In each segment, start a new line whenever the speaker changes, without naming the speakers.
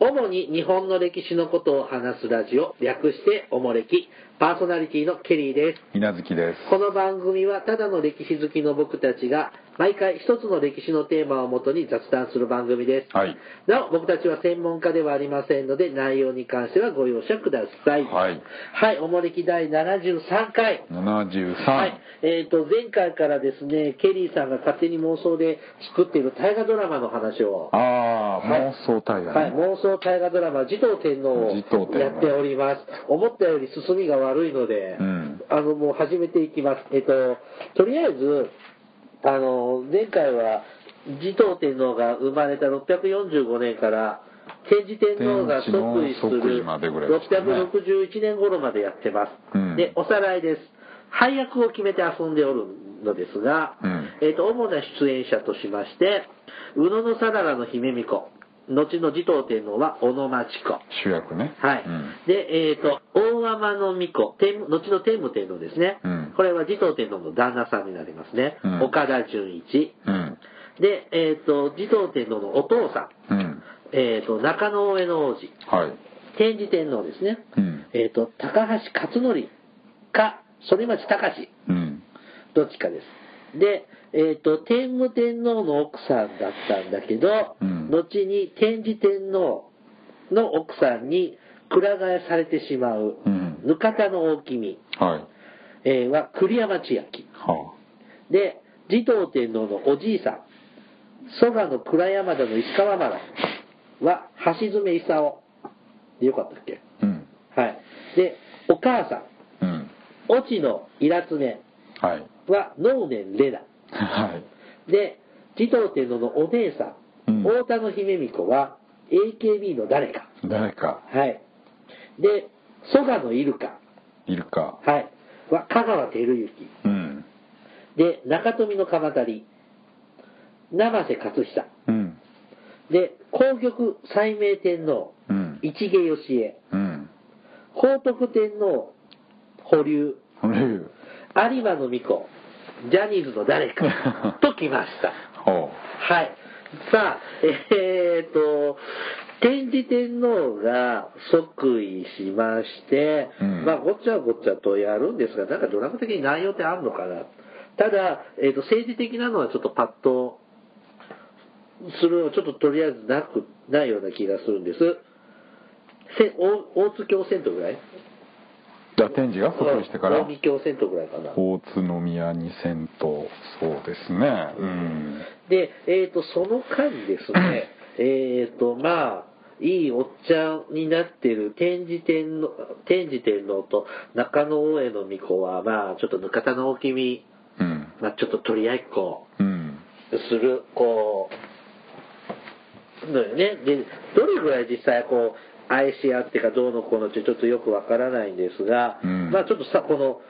主に日本の歴史のことを話すラジオ、略しておもれき、パーソナリティのケリーです。
稲月です。
この番組はただの歴史好きの僕たちが、毎回一つの歴史のテーマをもとに雑談する番組です。
はい。
なお、僕たちは専門家ではありませんので、内容に関してはご容赦ください。
はい。
はい、おもれき第73回。
73。
はい。えっ、と、前回からですね、ケリーさんが勝手に妄想で作っている大河ドラマの話を。
ああ、
はい
妄想大河、
はい、妄想大河ドラマ、持統天
持
皇を
統天皇
やっております。思ったより進みが悪いので、
うん
あの、もう始めていきます。えっと、とりあえず、あの、前回は、持統天皇が生まれた645年から、天智天皇が即位す
天智の即
る
位までぐらいですかね
661年頃までやってます。
うん
で、おさらいです。配役を決めて遊んでおるのですが、
うん
えっ、と、主な出演者としまして、宇野のさららの姫巫女、後の持統天皇は小野町子。
主役ね。
はい。
うん
で、えっ、と、大天の巫女、天後の天武天皇ですね。
うん
これは持統天皇の旦那さんになりますね。
うん
岡田純一。
うん。
で、えっ、と、持統天皇のお父さん、
うん。
えっ、と、中野上の王子、
はい。
天智天皇ですね。
うん。
えっ、と、高橋克典か、反町隆史。
うん。
どっちかです。で、えっ、と、天武天皇の奥さんだったんだけど、
うん
後に天智天皇の奥さんにくら替えされてしまう、
うん
ぬかたの大君、
はい。
えーは栗山千明。
は
で、持統天皇のおじいさん、蘇我の倉山田の石川村は橋爪功。でよかったっけ
あ。うん。
はい。で、お母さん、
うん。
越智のイつね
はい。
は能年玲奈。
はい。
で、持統天皇のお姉さん、
うん
太田の姫巫女は AKB の誰か。
誰か、
はい。で、蘇我のイルカ、
いるか。
はい。は香川照之。
うん。
で、中富の鎌足。生瀬勝久。
うん。
で、皇玉斉明天皇、
うん。
市毛義恵。
うん。
宝徳天皇、保留。
ほれゆ。
有馬の巫女、ジャニーズの誰か。ときました。
ほ
はい。さあ、えー、と、天智天皇が即位しまして、
うん。
まあ、ごっちゃごっちゃとやるんですが、なんかドラマ的に内容ってあるのかな。ただ、えー、と、政治的なのはちょっとパッと、するのちょっととりあえずなく、ないような気がするんです。せ大大津京セントぐらいう
だ天智が即位してから
大、見京セントぐらいかな。
大津宮二戦と、そうですね。うん。
で、えっ、と、その間ですね、えっ、と、まあ、いいおっちゃんになってる天智天皇、天智天皇と中野大江の巫女は、まあ、ちょっとぬかたのおきみ、
うん。
まあ、ちょっと取り合いっこ
うん。
する、こう、のよね。で、どれぐらい実際、こう、愛し合ってかどうのこうのってちょっとよくわからないんですが、
うん
まあ、ちょっとさ、この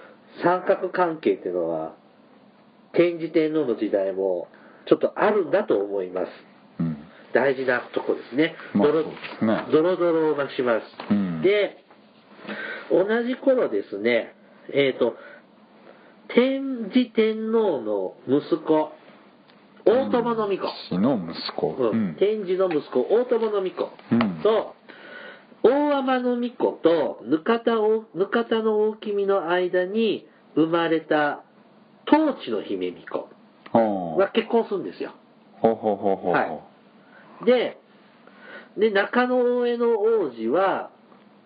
三角関係っていうのは、天智天皇の時代も、ちょっとあるんだと思います。
うん。
大事なとこですね。
まあ
ドロ
そうですね
ドロドロを増します。
うん
で、同じ頃ですね、えっ、と、天智天皇の息子、大友の巫女、
氏の息子。
うん天智の息子、大友の巫女
うん
と、大天の巫女とぬかたおぬかたの大君の間に生まれた当地の姫巫女
ほう
は結婚するんですよ。
ほうほうほうほう。
はいで、で、中野大江の王子は、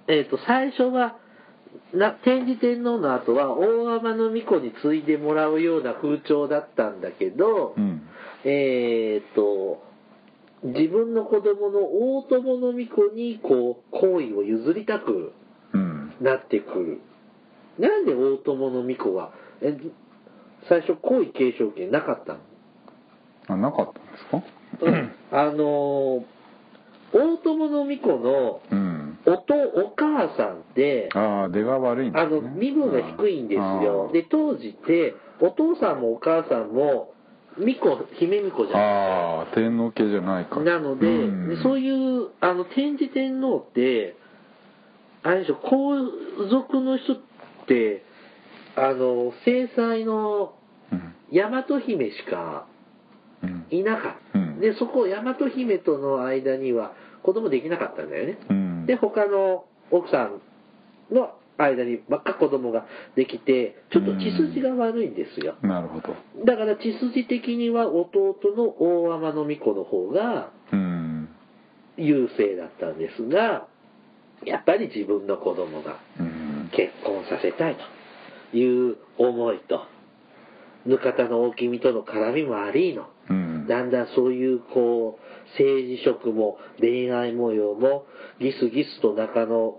えっ、と、最初は、な天智天皇の後は大天の巫女に継いでもらうような風潮だったんだけど、
うん。
えっ、と、自分の子供の大友の巫女に、こう、皇位を譲りたく
うん。
なってくる。なんで大友の巫女は、え最初皇位継承権なかったの
あ、なかったんですか
あのー大友の巫女の
うん。
おとお母さんって、
ああ、出が悪いんで
あ
すね。
の、身分が低いんですよ。
あー
で、当時って、お父さんもお母さんも、巫女、姫巫女じゃない
ああ、天皇系じゃないか。
なので、
うん
でそういう、あの、天智天皇って、あれでしょ、皇族の人って、あの、正妻の
うん。
大和姫しか
うん。
いなかった。
うん
で、そこ、大和姫との間には、子供できなかったんだよね。
うん
で、他の奥さんの間にばっか子供ができて、ちょっと血筋が悪いんですよ。
なるほど
だから血筋的には弟の大天の巫女の方が
うん
優勢だったんですが、やっぱり自分の子供が
うん
結婚させたいという思いと、ぬかたの大きみとの絡みもありの、
うん
だんだんそういうこう、政治色も恋愛模様も、ギスギスと中野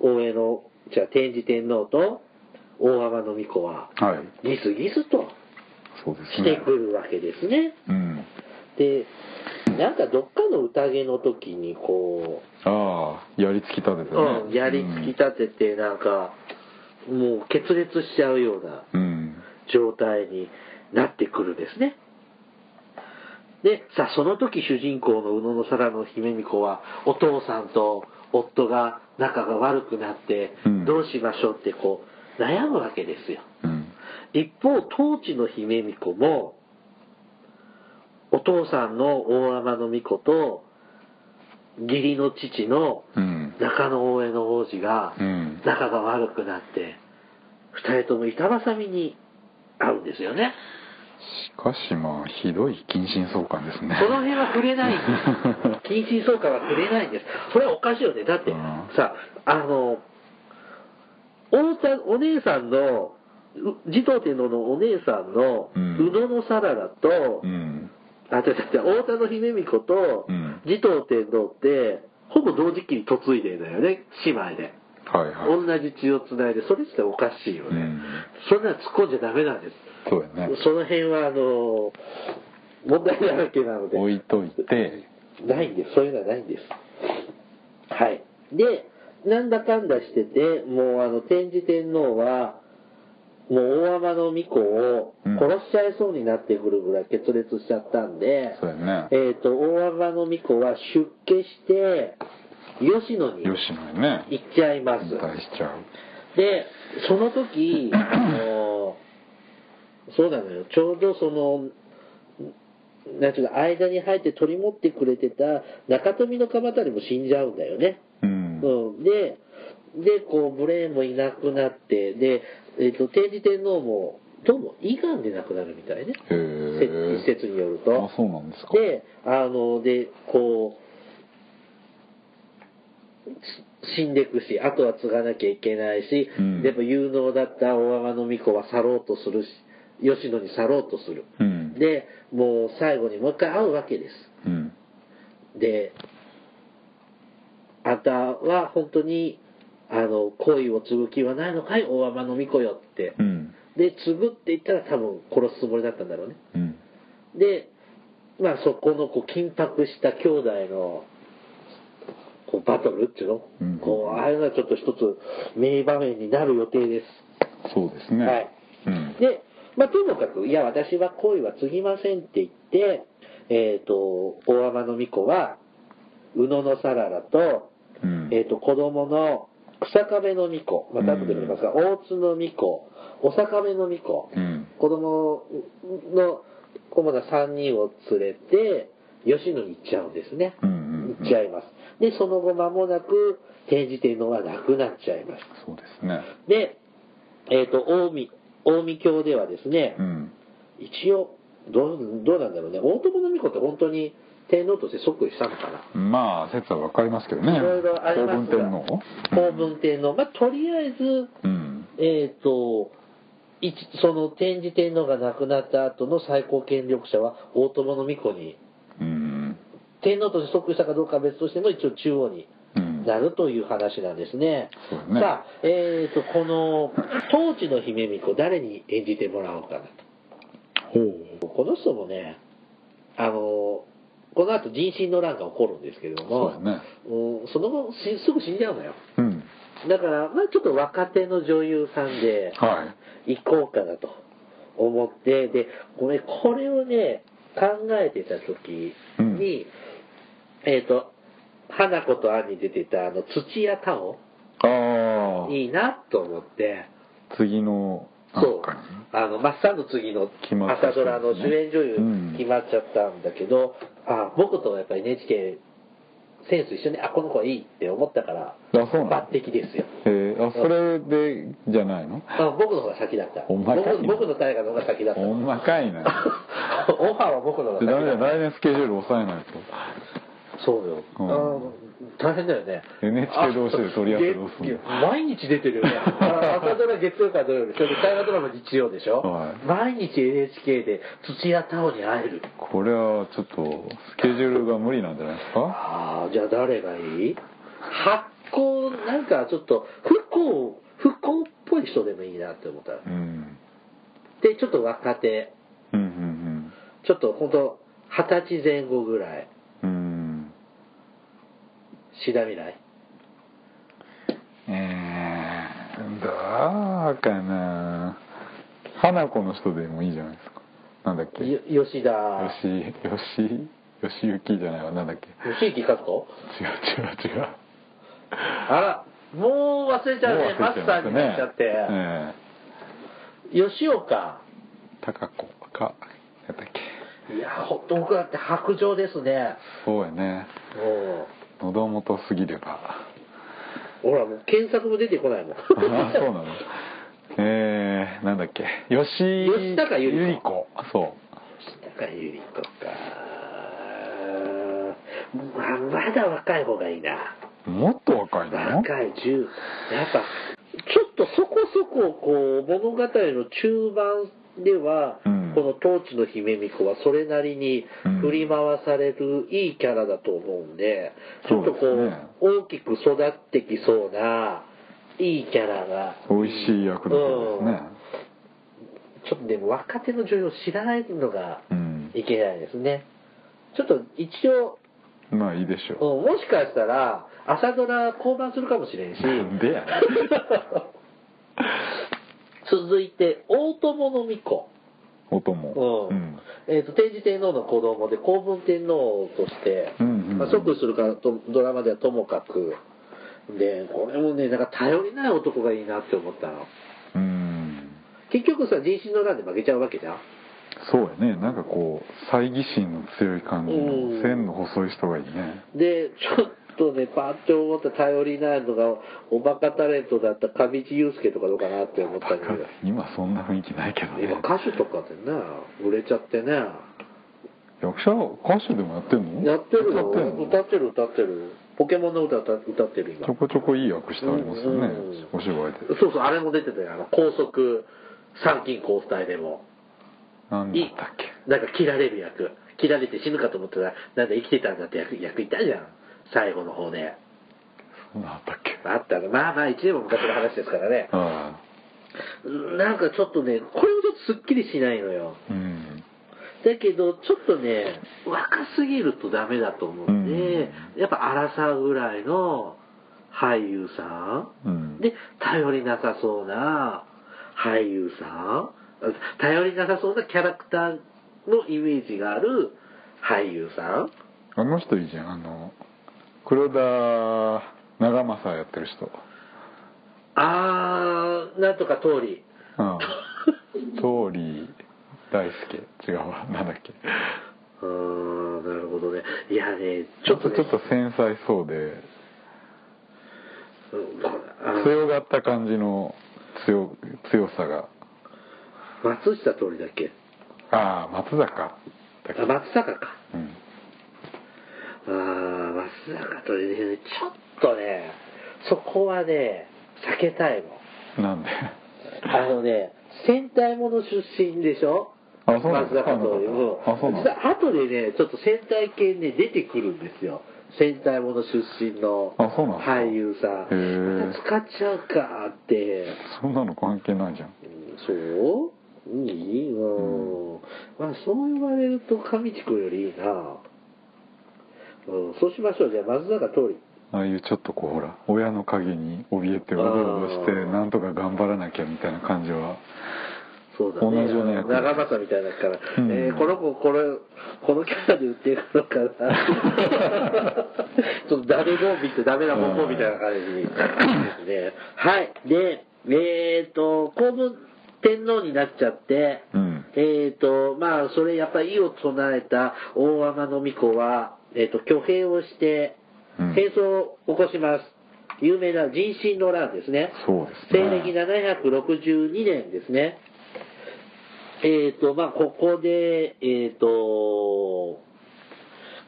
大江の、じゃあ天智天皇と大天の巫女は、
はい
ギスギスと
そうです
して
ね
くるわけですね。
うん
で、なんかどっかの宴の時にこ
ああやりつき立ててね
う、うん、やりつき立ててなんか、もう決裂しちゃうような
うん
状態になってくるんですね。で、さあ、その時主人公の宇野の皿の姫美子は、お父さんと夫が仲が悪くなって
う、ん
どうしましょうってこう、悩むわけですよ。
うん
一方、当地の姫巫女も、お父さんの大天の巫女と、義理の父の
うん
中野大江の王子が
う、ん
仲が悪くなって、二人とも板挟みに会うんですよね。
しかしまあひどい近親相関ですね
この辺は触れ ないんです。近親相関は触れないんです。それはおかしいよね。だって
うん
さ、あの、おちゃんお姉さんの、う持統天皇のお姉さんの、
うん
宇野のサラダと、
うん
あ、違う違う違う、太田の姫美子と
う、ん
持統天皇って、ほぼ同時期に嫁いでんだよね、姉妹で。
はいはい
同じ血を繋いで、それっておかしいよね。
うん
そんなの突っ込んじゃダメなんです。
そうやね
その辺は、あの、問題だらけなので。
置いといて
ないんです。そういうのはないんです。はい。で、なんだかんだしてて、もうあの、天智天皇は、もう大天の巫女を殺しちゃいそうになってくるぐらい決裂しちゃったんで、
そうやね
えっ、と、大天の巫女は出家して、吉野に
吉野にね
行っちゃいます。
引退しちゃう
で、その時、あの、そうなのよ、ちょうどその、なんていうか、間に入って取り持ってくれてた中富の鎌足りも死んじゃうんだよね。
うん
うん。で、で、こう、ブレーンもいなくなって、で、えっ、と、天智天皇も、どうも、胃がんで亡くなるみたいね。
へ
せ一
え
説によると
あ。そうなんですか
で、あの、で、こう、し死んでいくし、後は継がなきゃいけないし、
うん
でも有能だった大天の巫女は去ろうとするし、吉野に去ろうとする。
うん
で、もう最後にもう一回会うわけです。
うん
で、あんたは本当に、あの、恋を継ぐ気はないのかい大天の巫女よって
う。ん
で、継ぐって言ったら多分殺すつもりだったんだろうね。
うん
で、まあそこのこう緊迫した兄弟のこうバトルっていうの、
うん
こうあれがちょっと一つ名場面になる予定です。
そうですね
はい
うん
で、まあともかく、いや私は恋は継ぎませんって言って、えっ、と、大天の巫女は、宇野のサララと、
うん
えっ、と、子供の草壁の巫女、まあ、後で見ますが、大津の巫女、お坂部の巫女、
うん
子供の主な3人を連れて吉野に行っちゃうんですね、
うんうんう
行
ん
っちゃいますでその後間もなく天智天皇は亡くなっちゃいます
そうですね
でえっ、と近江近江教ではですね、
うん
一応どうどうなんだろうね大友の巫女って本当に天皇として即位したのかな
まあ説は分かりますけどね
いろいろあります
皇文天
が
皇
皇文天皇まあとりあえず
うん
えー、と、一その天智天皇が亡くなった後の最高権力者は大友の巫女に、
うん
天皇として即位したかどうかは別としても一応中央に
うん
なるという話なんですね。
そうだね
さあ、えー、と、この、当時の姫巫女、誰に演じてもらおうかな
ほう
と。この人もね、あの、この後人心の乱が起こるんですけれど
そ
も、
うだね
うんその後しすぐ死んじゃうのよ。
うん
だから、まあちょっと若手の女優さんで、
はい
行こうかなと思って、で、ごめん、これをね、考えてた時に、えっ、と、花子と兄出てたあの土屋太鳳
あ
いいなと思って、
あ次のなん
そう
かに、
あの、マッサンの次の
決まっち
朝
ゃった
ドラの主演女
うん
優決まっちゃったんだけど、あ僕とやっぱ NHK センス一緒にあこの子はいいって思ったから
あそうな
抜
の
擢ですよ
えーあそれでじゃないの
あ僕の方が先だった
ほんまかい
僕僕の大河の方が先だった
ほんまかいな
オファーは僕の方が
で
先
ダメ
だ
だよ
った
来年スケジュール抑えないと
そうよ、
うん
あー大変だよね
NHK 同士で取り合わせどうすんの
あげ毎日出てるよねあ朝ドラ月曜から土曜日それで大河ドラマ日曜でしょ、
はい
毎日 NHK で土屋太鳳に会える
これはちょっとスケジュールが無理なんじゃないですか
ああじゃあ誰がいい発行なんかちょっと不幸不幸っぽい人でもいいなって思った
うん
でちょっと若手
うんうん
ちょっと本当二十歳前後ぐらい
うんうん
志田未来
えー、どうかな花子の人でもいいじゃないですかなんだっけよ
よ吉田
しよしよしゆきじゃないわなんだっけ
吉行和子
違う違う違う
あらもう忘れちゃうね
もう
マ
忘れ
スターになっちゃって、
え
吉岡
え高子かやったっけ
いやほんと僕だって白状ですね
そうやね
も
喉元すぎ れば
うほらもう検索も出てこないもん
あーそうなのえー、なんだっけ吉
吉高由里
子そ
高由里子かままだ若い方がいいな
うもっと若いの
若い10やっぱちょっとそこそここう物語の中盤では、
うん
この当地の姫巫女はそれなりに
うん
振り回されるいいキャラだと思うんで、ちょっとこ
そう
う
ですね
大きく育ってきそうないいキャラが
美味しい役どころですね
うんちょっとでも若手の女優を知らないのが
うん
いけないですねちょっと一応
まあいいでしょ
うんもしかしたら朝ドラ降板するかもしれんし
なんでやねん
続いて大友の巫女、
う音も
うんえー、と天智天皇の子供で光文天皇として、
うんうんうん
まあ、即位するからとドラマではともかくでこれもねなんか頼りない男がいいなって思ったの
うん
結局さ人心の乱で負けちゃうわけじゃん
そうやねなんかこう猜疑心の強い感じ
う
の
ん
線の細い人がいいね
でちょっとねパッと思った頼りないのがおバカタレントだった上地雄介とかどうかなって思ったけど
今そんな雰囲気ないけどね
今歌手とかでね売れちゃってね
役者歌手でもやってんの
やってるよ
歌ってんの
歌ってる歌ってるポケモンの歌歌歌ってる今
ちょこちょこいい役してありますよね、
うん
お芝居で
そうそうあれも出てたよあの高速参勤交代でも
なんだったっけ
なんか切られる役切られて死ぬかと思ったらなんか生きてたんだって役役いたじゃん最後の方で
そんなんあったっけ
あったのまあまあ1年も昔の話ですからね
あ
なんかちょっとねこれもちょっとすっきりしないのよ
あうん
だけどちょっとね若すぎるとダメだと思うんで、やっぱ荒さぐらいの俳優さん
うん
で頼りなさそうな俳優さん頼りなさそうなキャラクターのイメージがある俳優さん
あの人いいじゃんあの黒田長政やってる人
あーなんとか通り
う ん通り大輔違うわなんだっけ
うーんなるほどねいやねちょっと,、ね、
ちょっと繊細そうで
うんあの
強がった感じの強強さが
松下通りだっけ
ああ松坂だっけ
あ松坂か
うん
あー松坂とねちょっとねそこはね避けたいもん
なんで
あのね戦隊もの出身でしょ
あそうなん
松
だ
坂桃李うん
あそうなん
実
だ
は後でねちょっと戦隊系ね出てくるんですよ戦隊もの出身の
あそうなんですか
俳優さ
へ
ん
ー
また使っちゃうかって
そんなの関係ないじゃん
うんそういいうん、まあそう言われると上地君よりいいな、うん、そうしましょうじゃあ松坂桃李
ああいうちょっとこうほら親の影に怯えてうろうろして
あー
なんとか頑張らなきゃみたいな感じは
そうだね、
同じような役
長政みたいなから、
うん
えーこの子これこのキャラで売っていくのか なちょっとダメボンビってダメなボンボンみたいな感じですねはいでえっ、と公文天皇になっちゃって、
うん
えっ、とまあそれやっぱり意を唱えた大天皇皇子は、えー、と挙兵をして
うん
戦争を起こします。有名な人心の乱ですね。
そうです
西
ね
暦762年ですね。えっ、と、まあ、ここで、えっ、と、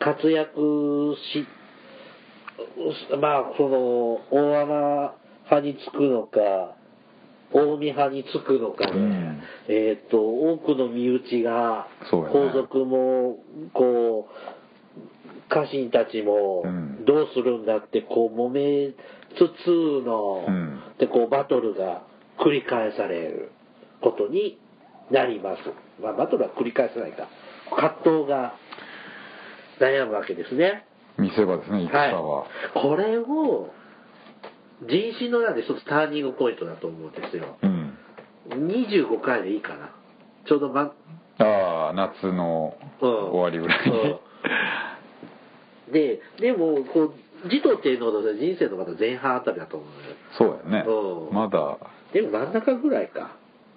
活躍し、まあ、その、大穴派につくのか、大見派につくのかで、
うん
えっ、と、多くの身内が、
そうやね
皇族も、こう、家臣たちも
うん、
どうするんだって、こう、揉めつつの、
うん
で、こう、バトルが繰り返されることになります。まあ、バトルは繰り返さないか。葛藤が悩むわけですね。
見せ場ですね戦
い。
は、
これを、人心の中で一つターニングポイントだと思うんですよ。
うん
25回でいいかな。ちょうど、ま、
ああ夏の
うん
終わりぐらいに、
うんで、でも、こう、児童っていうのは人生のまだ前半あたりだと思うのよ。
そうやね、
うん
まだ
でも真ん中ぐらいか。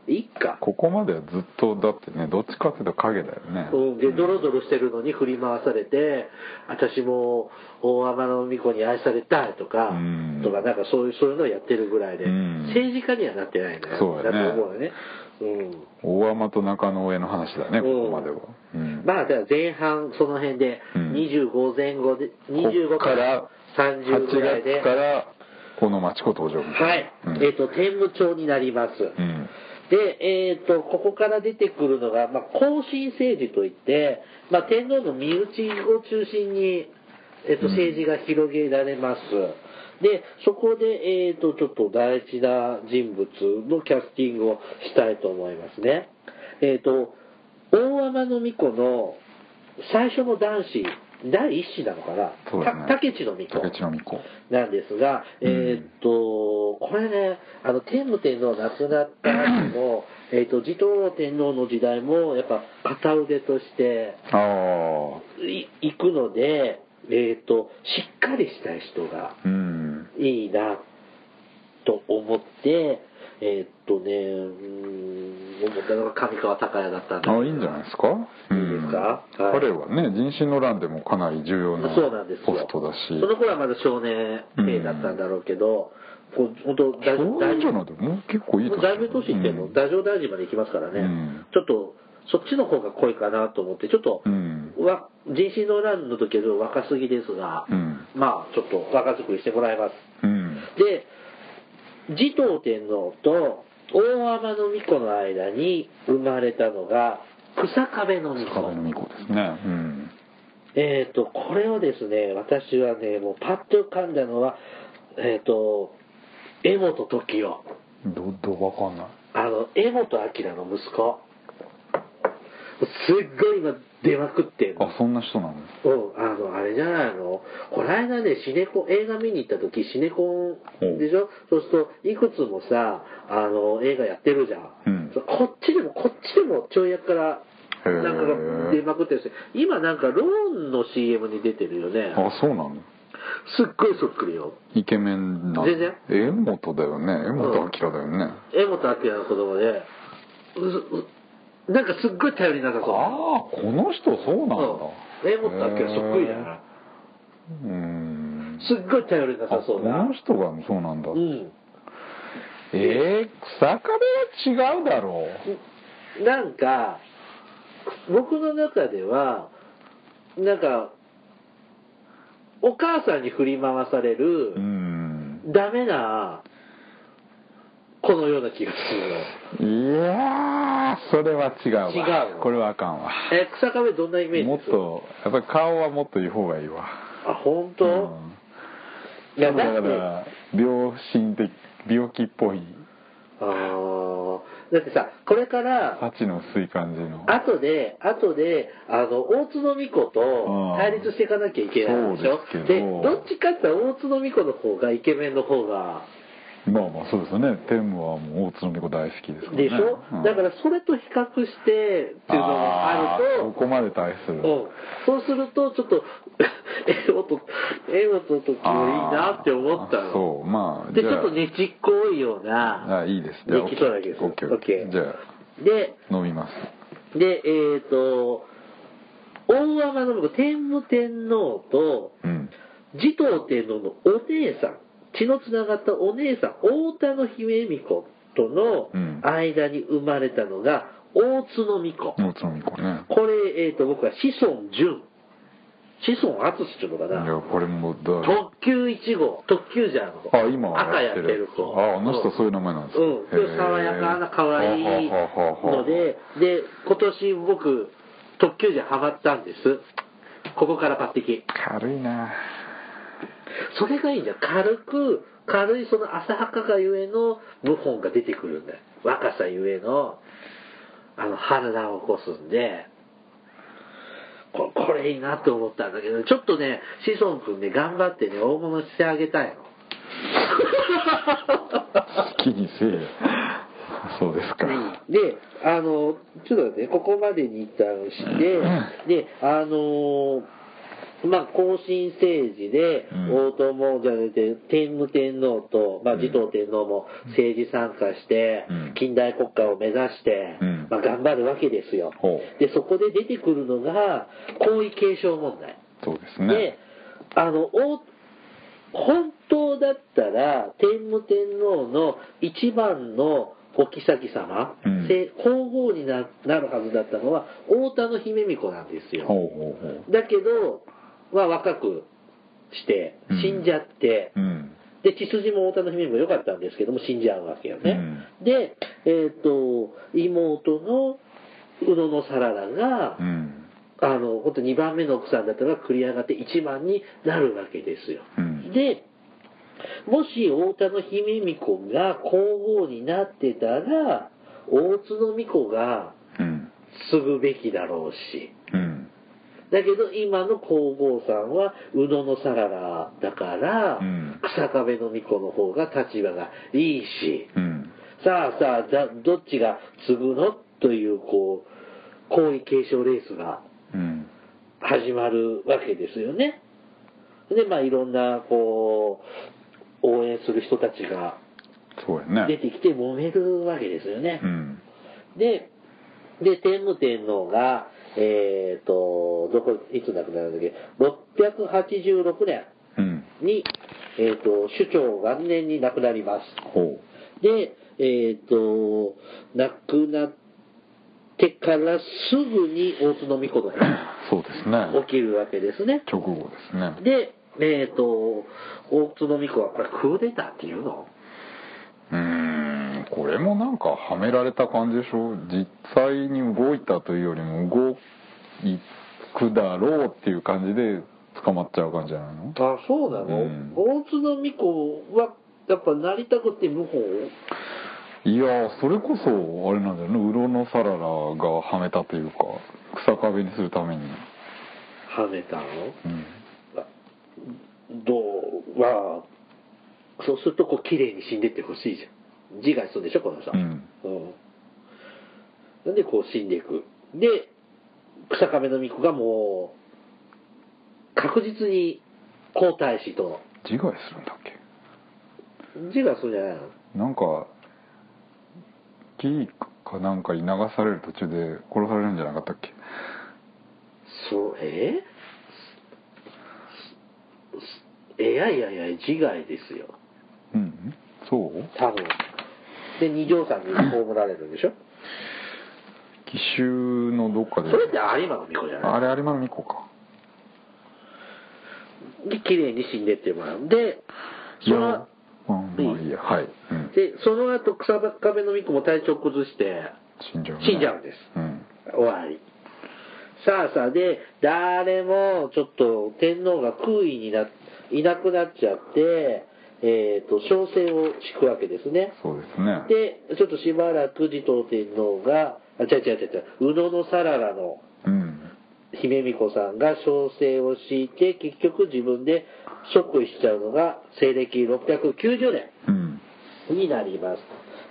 いっか。
ここまではずっとだってねどっちかっていうと影だよね、
うん、で、ドロドロしてるのに振り回されて、私も大天の巫女に愛されたいとか、
うん
とか、なんかそういう、そういうのをやってるぐらいで、
うん
政治家にはなってないんだよ。
そうだね
と思うよね。うん。
大天と中野上の話だねここまでは、うん
まあ、じゃあ前半その辺で、
うん
25前後で、
こ
25
っ
から30ぐらい
8
で、
月からこの町子登場みた
はいい、
なうん
えっ、と、天武町になります。
うん
で、えっ、と、ここから出てくるのが、まあ、後進政治といって、まあ、天皇の身内を中心に、えっ、と、
うん
政治が広げられます。で、そこで、えっ、と、ちょっと大事な人物のキャスティングをしたいと思いますね。えっ、と、大天の巫女の最初の男子、第一子なのかな
そうだね
た竹地の巫
竹
女。
内の美子
なんですが、
うん
えーっと、これね、あの、天武天皇亡くなった後 も、えーっと、持統天皇の時代も、やっぱ、片腕として
ああ
い、いくので、えーっと、しっかりしたい人が
うん
いいな、と思って、えーっとね、うーん、思ったのが上川隆也だったんだけ
あ
ど
あいいんじゃないですか、うん
いいですかはい
彼はね人心の乱でもかなり重要な
そうなんですよ。
ポストだし
その頃はまだ少年兵だったんだろうけど、こう本当大
そういうんじゃないでもう結構いい
もう
年
財務都市ってもう、
うん
太政大臣まで行きますからね、
うん
ちょっとそっちの方が濃いかなと思って、ちょっと、
うん
わ人心の乱の時より若すぎですが、
うん
まあ、ちょっと若作りしてもらいます。
うん
で、持統天皇と大天の巫女の間に生まれたのが、草壁の巫
坂部の
女。
美子ですねうん
えっ、と、これをですね、私はね、もうパッと浮かんだのは、えっ、と、江本時代。
どどうわかんない
あの、江本明の息子。すっごい今出まくってんの
あ。そんな人なの
うん、あの、あれじゃないのこないだね、シネコン、映画見に行った時、シネコンでしょそうすると、いくつもさ、あの、映画やってるじゃん。
うん
そこっちでも、こっちでも、跳躍から、
へ
なんかが出
え
まくってるし、今なんか、ローンの CM に出てるよね。
あそうなの
すっごいそっくりよ。
イケメンな
全然
柄本だよね柄本明だよね、
江本明の子供で、ううなんかすっごい頼りなさそう。
ああこの人そうなんだ
そう柄本明はそっくりだな
へーうん
すっごい頼りなさそう
あこ
な
の。人がそうなんだ、
うん。
えー、草壁は違うだろ
なんか、僕の中では、なんか、お母さんに振り回される
うう、ん
ダメな、このような気がするの。
いやーそれは違うわ
違うの
これはあかんわ
え、草壁どんなイメージ
もっ
です
とやっぱり顔はもっといい方がいいわ
あ、本当、
うん
いや、
だ
だっ
か
て、
ら病心的病気っぽい
あーだってさ、これから、
八の薄い感じの
後で、後で、あの、大津の巫女と対立していかなきゃいけないでしょ
そうですけ
で、
ど
どっちかって言ったら大津の巫女の方がイケメンの方が、
まあまあそうですよね天武はもう大津の猫大好きですからね
でしょ、
うん
だからそれと比較してっていうのがある
ー
と、
そこまで対する
うんそうすると、ちょっと、 えもと、えもとときもいいなって思った
あー
の。
そうまあ
で、ち
じゃあ
ょっとねちっこいような、
あいいですじゃあ
できそうな気がする
OK。OK じゃ
で、
あ飲みます
で、えっ、と、大天の天武天皇と、
うん
持統天皇のお姉さん、血のつながったお姉さん、大田の姫美子との
うん
間に生まれたのが、大津の美子。
大津のみ子ね
これ、えっ、と、僕は子孫淳。子孫淳っていうのか
い
な。
やこれもだ
特急1号、特急じゃんの子。
あ今
赤やってる子。
ああの人
うん
そういう名前なんですか
うん、
へえ
爽やかな可愛い
はあはあはあはあ
ので、で、今年僕、特急じゃハマったんです。ここから抜擢。
軽いな
それがいいんだよ。軽く、軽いその浅はかがゆえの謀反が出てくるんだよ。若さゆえの、あの、反乱を起こすんで、ここれいいなと思ったんだけど、ちょっとね、子孫くんね、頑張ってね、大物してあげたいの。
好きにせえよ そうですか、
で、あの、ちょっと待ってね、ここまでに一旦して、で、あの、まあ、後進政治で、
うん
大友じゃなくて、天武天皇と、まあ、
うん
持統天皇も政治参加して、
うん
近代国家を目指して、
うん
まあ、頑張るわけですよ。
ほ
で、そこで出てくるのが、皇位継承問題。
うそうですね
で、あの、お本当だったら、天武天皇の一番のお妃様、
うん
せ皇后にななるはずだったのは、太田の姫美子なんです
ほう
よ。
ほうほう
だけど、まあ、若くして
う、ん
死んじゃって、
うん
で、血筋も太田の姫美子良かったんですけども、死んじゃうわけよね。で、えっ、と、妹の宇野のサララが、
うん
あの、本当2番目の奥さんだったら繰り上がって1番になるわけですよ。
うん
で、もし太田の姫美子が皇后になってたら、大津の美子が
うん
継ぐべきだろうし。
うん
だけど今の皇后さんは宇野のサララだから、
うん
草壁の美子の方が立場がいいし、
うん
さあさあ、だどっちが継ぐのという、こう、皇位継承レースが
うん
始まるわけですよね。で、まあいろんな、こう、応援する人たちが
そうや
出
ね
てきて揉めるわけですよね
う。ん
で、で、天武天皇が、えっ、と、どこ、いつ亡くなるんだっけ、686年
うん
に、えっ、と、首長元年に亡くなります。
ほ
で、えっ、と、亡くなってからすぐに大津の御子の変
う
が
そうですね
起きるわけですね。
直後ですね
で、えっ、と、大津の巫女はこれクーデターっていうの
うーんこれもなんかはめられた感じでしょ実際に動いたというよりも動くだろうっていう感じで捕まっちゃう感じじゃないの
あ、そうなの、
うん
大津の巫女はやっぱなりたくて謀反を
いやーそれこそあれなんだよねウロのサララがはめたというか草壁にするために、
はめたの
うん、
どうは、そうするとこう綺麗に死んでってほしいじゃん。自害するんでしょ、この人。
うん
うんなんでこう死んでいく。で、草壁の巫女がもう、確実に皇太子と、
自害するんだっけ
自害するんじゃないの
なんかギークかなんかに流される途中で殺されるんじゃなかったっけ
そう、えーすすいやいやいや、自害ですよ。
うんそう
多分。で、二条さんに葬られるんでしょ
奇襲のどっか
そ
で
れって有馬の巫女じゃ
あ
な
れ有馬の巫女か
いで、綺麗に死んでってもらう。で、
い
そ
や
の、
うんまあいいやはい、うん、
で、その後、草壁の巫女も体調崩して、
死んじゃう、ね、
死んじゃうんです。
うん
終わり。さあさあ、で、誰も、ちょっと、天皇が空位にな、いなくなっちゃって、えっ、と、小生を敷くわけですね。
そうですね
で、ちょっとしばらく持統天皇が、あ、違う違う違う違う、宇野のさららの
うん
姫美子さんが小生を敷いて、結局自分で即位しちゃうのが、西暦690年
うん
になります。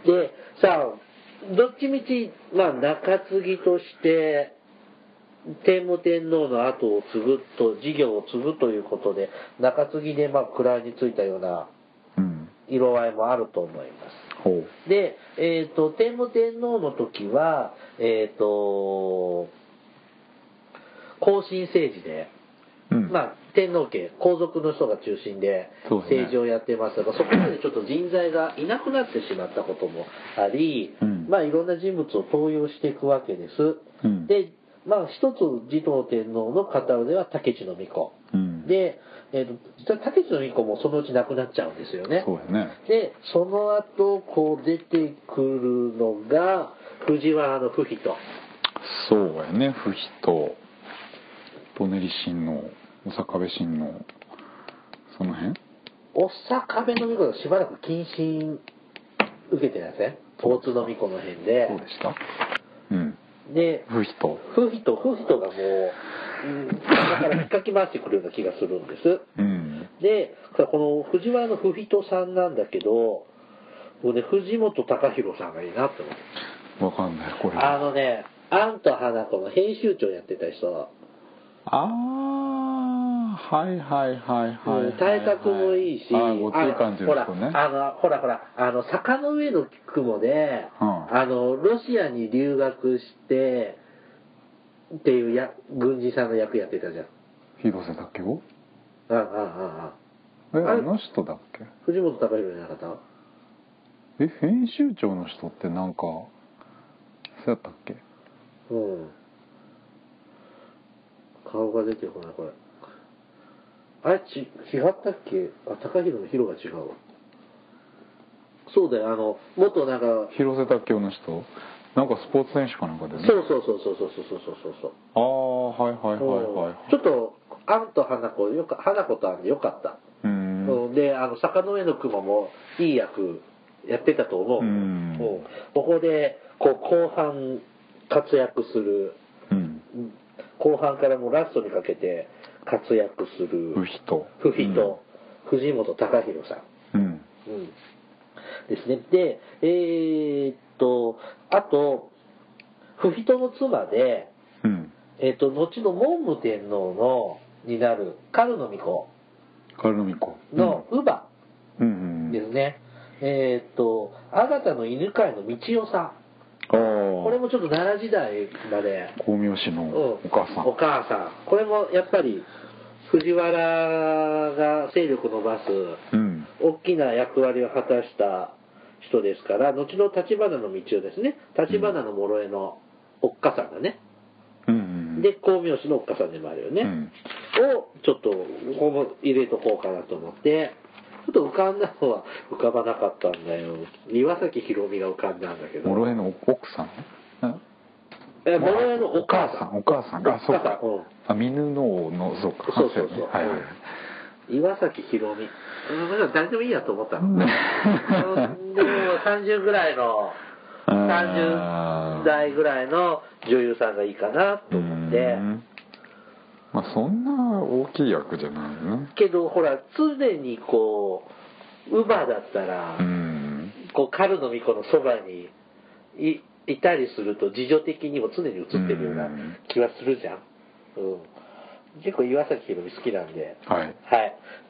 で、さあ、どっちみち、まあ、中継ぎとして、天武天皇の後を継ぐと、事業を継ぐということで、中継ぎで、まあ、位についたような
うん
色合いもあると思います。
ほう
で、えっ、と、天武天皇の時は、えっ、と、後進政治で、
うん
まあ、天皇家皇族の人が中心で
そうですね
政治をやってますがそ,、こまでちょっと人材がいなくなってしまったこともあり、
うん
まあ、いろんな人物を登用していくわけです、
うん
で、まあ、一つ持統天皇の片腕は竹地の巫女、
うん
で、えー、と実は竹地の巫女もそのうち亡くなっちゃうんですよね
そうやね
でその後こう出てくるのが藤原の不比と。
そうやね不比と舎人親王小坂部親王その辺
おっさかべのみこがしばらく謹慎受けてないですね大津のみこの辺で
そうでしたうん
で
不比と
夫婦と夫婦とがもう、うん、だから引っかき回してくるような気がするんです
うん
でこの藤原の不人さんなんだけど僕ね藤本隆弘さんがいいなって思って
わかんないこれ
あ
あ
のね「アンと花子」の編集長やってた人、
あーはいはいはいはいはい、
うん体格もいいし、
あーごつい感じの
あの
人ね
ほらあのほらほらあの坂の上の雲で、
うん
あのロシアに留学してっていうや軍人さんの役やってたじゃん
広瀬だっけを
うんうんうんうん
え
あ
あ
れ
の人だっけ
藤本隆弘じゃなかった
え編集長の人ってなんかそうやったっけ
うん顔が出てこないこれあれち違ったっけあ高弘の広が違うわそうだよあの元なんか
広瀬卓球の人なんかスポーツ選手かなんかで
そう
ね
そうそうそうそうそうそうそうそう
ああはいはいはいはい
ちょっとアンと花子よか花子とアンでよかった、う
うー
んん、であの坂の上の雲もいい役やってたと思う、
うん
ここでこう後半活躍する
うん
後半からもうラストにかけて活躍する
不比と
不比と藤本隆弘さん、
うん
うんですねでえーっとあと不比との妻で、
うん
えーっと後の文武天皇のになる軽の巫女
カルミコ
の乳母
うんうんう
で
ん
すね、えーっとあなたの犬飼いの道代さん
ああ
これもちょっと奈良時代まで
光明師のお
うん
母さ
お母さんこれもやっぱり藤原が勢力を伸ばす
んうん
大きな役割を果たした人ですから後の橘の道をですね橘の諸江のおっかさんがね、
うんうん
で光明師のおっかさんでもあるよね、
うん
をちょっとここも入れとこうかなと思ってちょっと浮かんだのは浮かばなかったんだよ岩崎宏美が浮かんだんだけど
諸江の奥さんあ
え諸江のお母さん
お母さんお母さんあそうか
うん
あ犬ののそうか
そうそうそう
話だよねはいはい
岩崎宏美うん誰でもいいやと思ったの、
ね
うんでも30ぐらいの
あー
30代ぐらいの女優さんがいいかなと思って
うんまあそんな大きい役じゃないよね
けどほら常にこう乳母だったら、
うん
こうカルノミコのそばにいいたりすると自助的にも常に映ってるような気はするじゃん、うん、結構岩崎宏美好きなんで
はい
はい。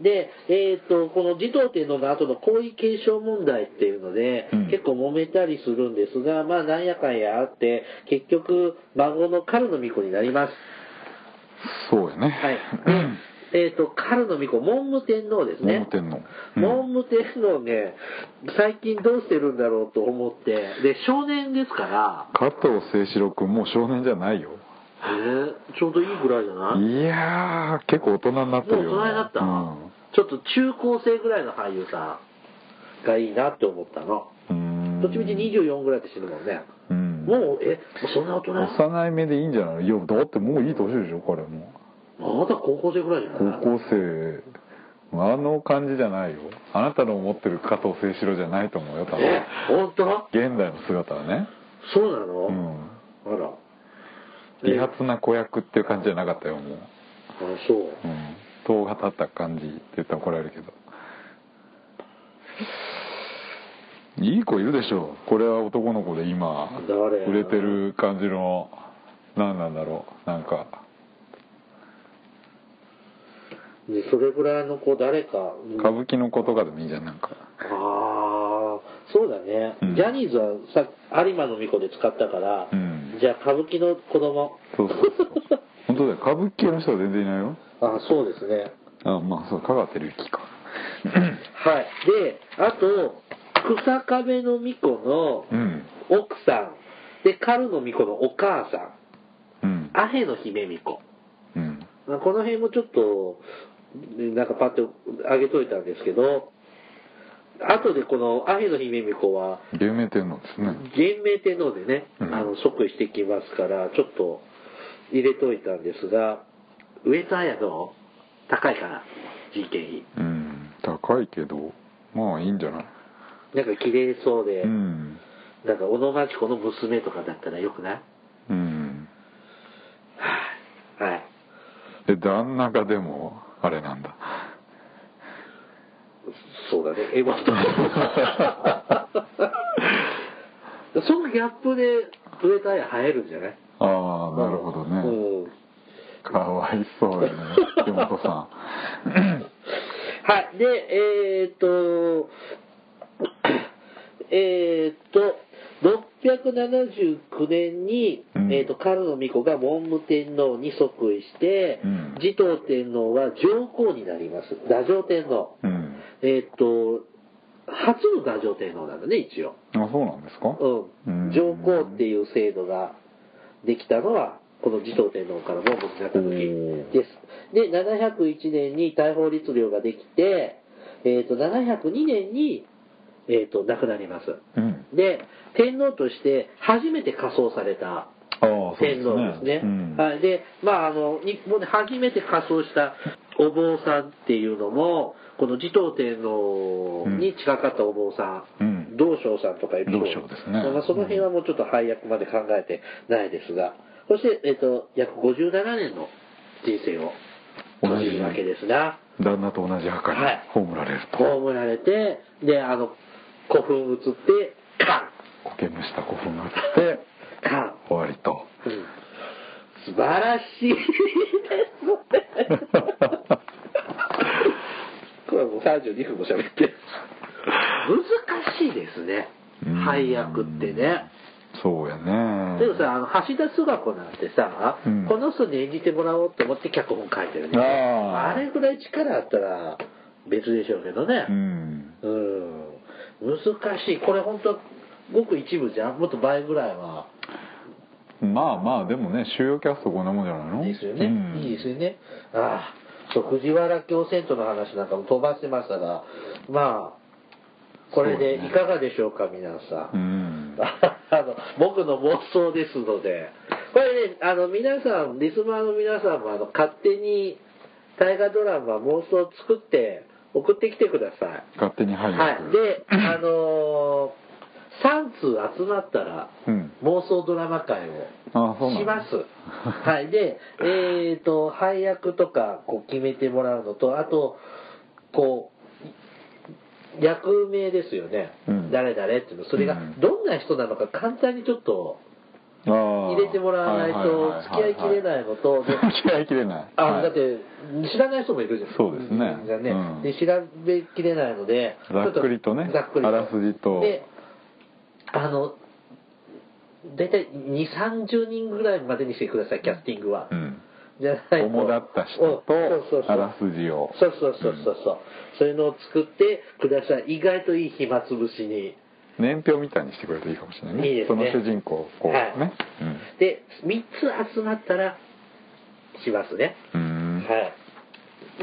で、えっ、と、この児童天皇の後の皇位継承問題っていうので、
うん
結構揉めたりするんですが、まあ、なんやかんやあって、結局、孫のカルノミコになります。
そうやね
はい。でえっ、と、カルノミコ、文武天皇です
桃
ね。
天皇
文武天皇ね、最近どうしてるんだろうと思って、で、少年ですから、
加藤清史郎君もう少年じゃないよ
えちょうどいいぐらいじゃない
いやー結構大人になって
もう
るよ
大
ね
人になった、
うん
ちょっと中高生ぐらいの俳優さんがいいなって思ったの。
うん
どっちみち24ぐらいで死ぬもんね。
うん
もう、え、もうそんな大人
幼い目でいいんじゃないいやだってもういい年でしょ彼も
まだ高校生ぐらいじゃない
高校生あの感じじゃないよあなたの思ってる加藤清史郎じゃないと思うよ多分
え、本当
現代の姿はね
そうなの、
うん
あら。え
理髪な子役っていう感じじゃなかったよもう、
あ、そう。
うん、頭が立った感じって言ったら怒られるけどいい子いるでしょこれは男の子で今
誰
売れてる感じの何なんだろうなんか
でそれぐらいの子誰か。うん
歌舞伎の子とかでもいいじゃんなんか
ああ、そうだね、
うん
ジャニーズはさ有馬の巫女で使ったから、
うん
じゃあ歌舞伎の子供。
そうそうそう本当だよ歌舞伎の人は全然いないよ
あそうですね
あまあそう香川照之か
はいであと草壁の巫女の
うん
奥さんで狩野巫女のお母さん
うん
アヘの姫巫女
うん
まあこの辺もちょっと、ねなんかパッと上げといたんですけど、後でこのアヘの姫巫子は、
有名店なんですね
元明天皇でね、
うん
あの即位してきますから、ちょっと入れといたんですが、上戸彩の高いから、人件費。
うん高いけどまあいいんじゃない
なんか綺麗そうで、
うん
なんか小野町子の娘とかだったらよくない
うん
はい。はい。
で旦那がでもあれなんだ
そうだね、エヴァ と。そのギャップで、上戸彩生えるんじゃない
ああなるほどね、
うん
かわいそうやね 木本さ
は
ん
い。で、えーっと、 えーっと、679年に、
うん
えーっと、狩野巫女が文武天皇に即位して、
うん
持統天皇は上皇になります。太政天皇。
うん
えーっと、初の太政天皇なんだね、一応。
あそうなんですか
うん。上皇っていう制度ができたのは、この持統天皇から文武になった
お
時
ー
です。で、701年に大法律令ができて、えっ、と、702年に、えっ、と、亡くなります。
うん
で、天皇として初めて仮装された
ああそうですね
天皇ですね。
うん
はい。で、まあ、あの、日本で初めて仮装したお坊さんっていうのも、この持統天皇に近かったお坊さん、
うん
道昌さんとかいる
道昌ですね
まあ、その辺はもうちょっと配役まで考えてないですが、そして、えっと、約57年の人生を閉じるわけですが、
旦那と同じ墓に
はい
葬られると、
葬られて、で、あの、古墳移って、カ
苔むした古墳があって
ンカン
終わりと
うん素晴らし いですね。これはもう32分も喋ってる。難しいですね
うん。
配役ってね。
そうやね
でもさ、あの、橋田壽賀子なんてさ、
うん
この人に演じてもらおうと思って脚本書いてるね。
あー
あれぐらい力あったら別でしょうけどね
う。ん
うん。難しい。これ本当ごく一部じゃんもっと倍ぐらいは。
まあまあでもね収容キャストこんなもんじゃないの
ですよね、
うん
いいですよねああそう藤原京センの話なんかも飛ばしてましたがまあこれでいかがでしょうか皆さ、
うん ん
あの僕の妄想ですのでこれねあの皆さんリスナーの皆さんもあの勝手に大河ドラマ妄想作って送ってきてくださ
勝手に
い、
配役、
はい、であの3通集まったら
うん
妄想ドラマ会を
あそうなん
しま
だ
す。はい。で、えっ、と、配役とか、こう、決めてもらうのと、あと、こう、役名ですよね。
うん
誰々っていうの。それが
うん、
どんな人なのか簡単にちょっと
入
入れてもらわないと、付き合いきれないのと、で
付き合いきれない
あ、
はい
だって、知らない人もいるじゃん。
そうですね
じゃあね
うん
で、調べきれないので、
ざっくりとね
ざっくりと
あらすじと
で、あの、大体2、30人ぐらいまでにしてください、キャスティングは。
うん
じゃないと
主だった人と
うんそうそうそう
あらすじを
そうそうそうそうそう。そういうのを作ってください。意外といい暇つぶしに。
年表みたいにしてくれるといいかもしれないね
いいですね
その主人公をこう
はい
ね、うん
で、3つ集まったら、しますね。
うーん
はい。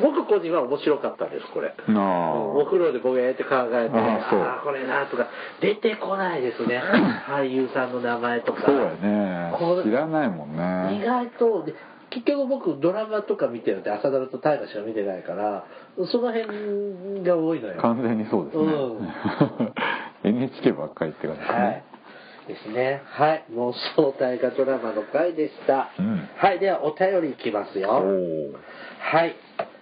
僕個人は面白かったです、これ。
な
お風呂でぼやって考えて、
ああそう
ああ、これなとか、出てこないです ね。俳優さんの名前とか。
そうや
こ
ね知らないもん
意
ね
外とで結局僕ドラマとか見てるって朝ドラと大河しか見てないからその辺が多いのよ
完全にそうですね、
う
NHK ばっかりって感じですね、
はいですねはい妄想大河ドラマの回でした、
うん
はいではお便りいきます
お
よ
お
はい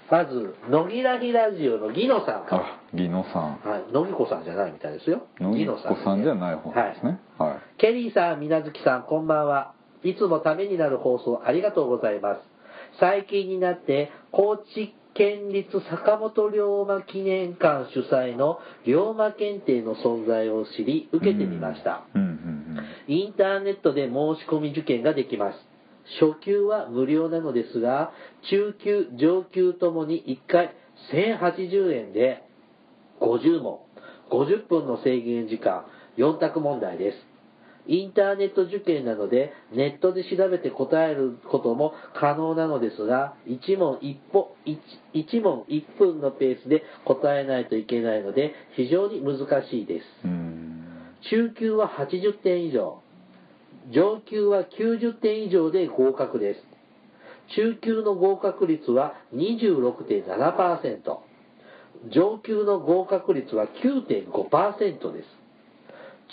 まず乃木らぎラジオのギノさんか
あギノさん
らはい乃木子さんじゃないみたいですよ
のぎこさんじゃない方
は
ないんですねはい、
ケリーさん、みなずきさん、こんばんは。いつもためになる放送ありがとうございます。最近になって、高知県立坂本龍馬記念館主催の龍馬検定の存在を知り、受けてみました。
うんうん
インターネットで申し込み受験ができます。初級は無料なのですが、中級、上級ともに1回1080円で50問、50分の制限時間、4択問題です。インターネット受験なので、ネットで調べて答えることも可能なのですが、1問 1, 歩 1, 1問1分のペースで答えないといけないので、非常に難しいです。
うん
中級は80点以上上級は90点以上で合格です中級の合格率は26.7%上級の合格率は9.5%です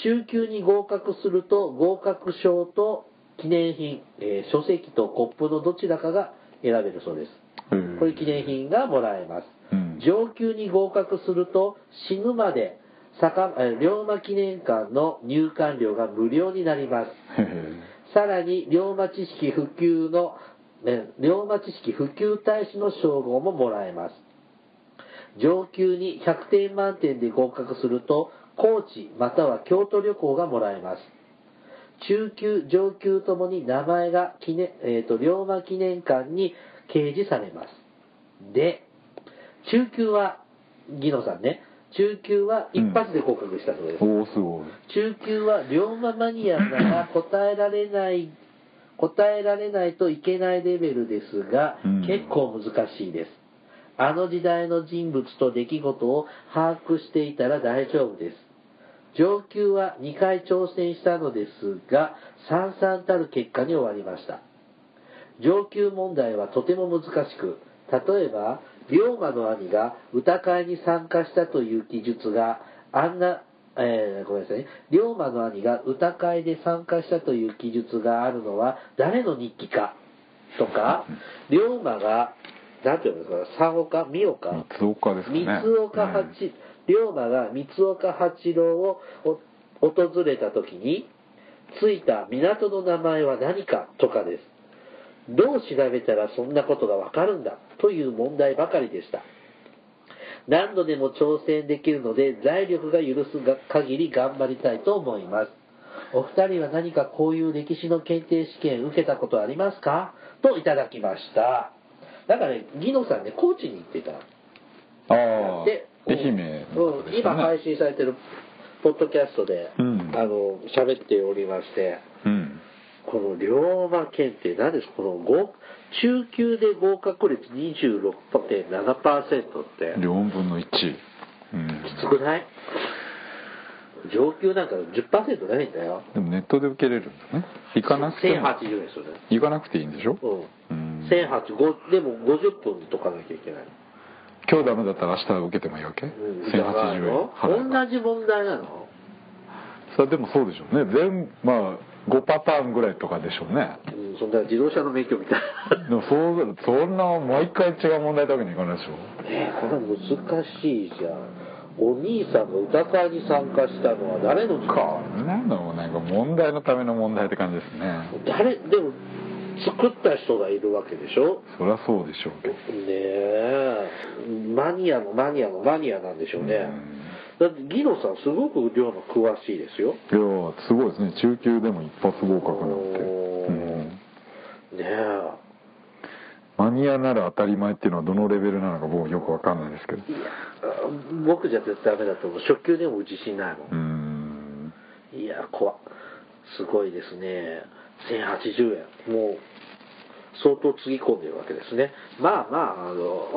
中級に合格すると合格証と記念品、えー書籍とコップのどちらかが選べるそうですこれ記念品がもらえます
うん
上級に合格すると死ぬまで坂えー龍馬記念館の入館料が無料になります
へへ
さらに龍馬知識普及のえー龍馬知識普及大使の称号ももらえます上級に100点満点で合格すると高知または京都旅行がもらえます中級上級ともに名前が記念、えー、と龍馬記念館に掲示されますで中級はギノさんね中級は一発で合格したそうです、
おおすごい
中級は龍馬マニアなら答えられない答えられないといけないレベルですが、
うん
結構難しいですあの時代の人物と出来事を把握していたら大丈夫です上級は2回挑戦したのですが散々たる結果に終わりました上級問題はとても難しく例えば龍馬の兄が歌会に参加したという記述があんな、えーごめんなさいね龍馬の兄が歌会で参加したという記述があるのは誰の日記かとか龍馬が何て言うんですか三岡三岡
三岡ですかね
三岡八、龍馬が三岡八郎をお訪れた時に着いた港の名前は何かとかですどう調べたらそんなことがわかるんだという問題ばかりでした何度でも挑戦できるので財力が許すが限り頑張りたいと思いますお二人は何かこういう歴史の検定試験受けたことありますかといただきましただからねギノさんね高知に行ってた
うんああ
で
愛媛の方
う
で
ん、
した
今
ね
配信されてるポッドキャストで、
うん
あの喋っておりまして
うん
この龍馬検定何ですかこの合中級で合格率26.7%って
4分の1うん
きつくない上級なんか10%ないんだよ
でもネットで受けれるんだね行かなくても
1080円ですよね
行かなくていいんでしょ
う
うん
ん1085でも50分とかなきゃいけない、
今日ダメだったら明日受けてもいいわけ
うん、
1080
じゃない
円
の
払えば
同じ問題なの
それでもそうでしょうね全まあ5パターンぐらいとかでしょうね
うん、そんな自動車の免許みたいな
でもそうそんな毎回違う問題だけにいかないでしょ
ねえこれ難しいじゃんお兄さんが歌会に参加したのは誰の
こんなのもなんか問題のための問題って感じですね
誰でも作った人がいるわけでしょ
そりゃそうでしょうけ
ね
ど
えマニアのマニアのマニアなんでしょうね、だってギノさんすごく量の詳しいですよね
いやーすごいですね中級でも一発合格な
お
んて、
ー
うん
え
マニアなら当たり前っていうのはどのレベルなのか僕よくわかんないですけど
あ僕じゃ絶対ダメだと思う初級でも自信ないもん
うーん
いや、怖っすごいですね。1080円。もう、相当つぎ込んでるわけですね。まあまあ、あの、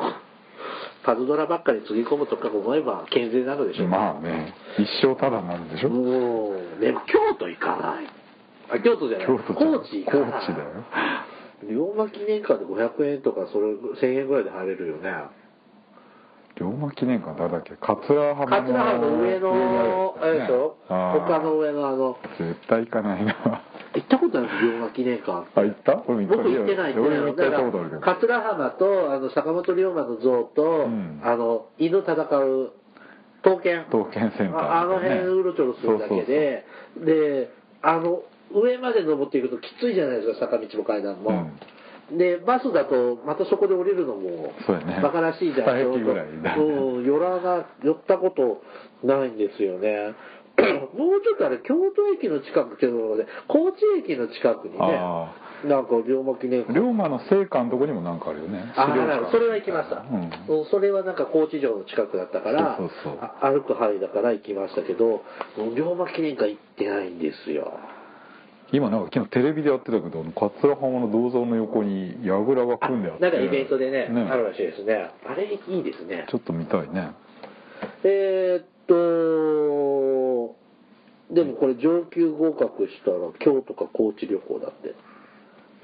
パズドラばっかりつぎ込むとか思えば健全なのでしょう。
まあね一生ただになるでし
う
ょ
ん。でも、京都行かない。あ、京都じゃない。
京都じゃない
高知行かない。
高知だよ
龍馬記念館で500円とか、それ1000円ぐらいで入れるよね。
龍馬記念館誰だっけ桂浜の
桂浜の上の、あれでしょ
あー
丘の上のあの、
絶対行かないな
行ったことある龍馬記念館。
あ行った俺も
僕行ってないんだ
俺も
よ
一回
だ
行っ
か
たことあるけ
ら
ど
桂浜とあの坂本龍馬の像と、
ん
あの犬戦う刀剣
刀剣センターとかね
ああの辺うろちょろするだけでであの上まで登っていくときついじゃないですか坂道も階段も、でバスだとまたそこで降りるのも
そうやね
馬鹿らしいじゃん
二駅ぐらいだね
うん寄らな寄ったことないんですよ ねもうちょっとあれ京都駅の近くっていうので高知駅の近くにね
あ
なんか龍馬記念館
龍馬の聖火のとこにもなんかあるよね
あ
資料
なる
館
ほどそれは行きました、
うん
うんそれはなんか高知城の近くだったから
そうそうそう
あ歩く範囲だから行きましたけど龍馬記念館行ってないんですよ
今なんか昨日テレビでやってたけど桂浜の銅像の横に櫓が組んであって
なんかイベントでねあるらしいですねあれいいですね
ちょっと見たいね
えーっとでもこれ上級合格したら京都か高知旅行だって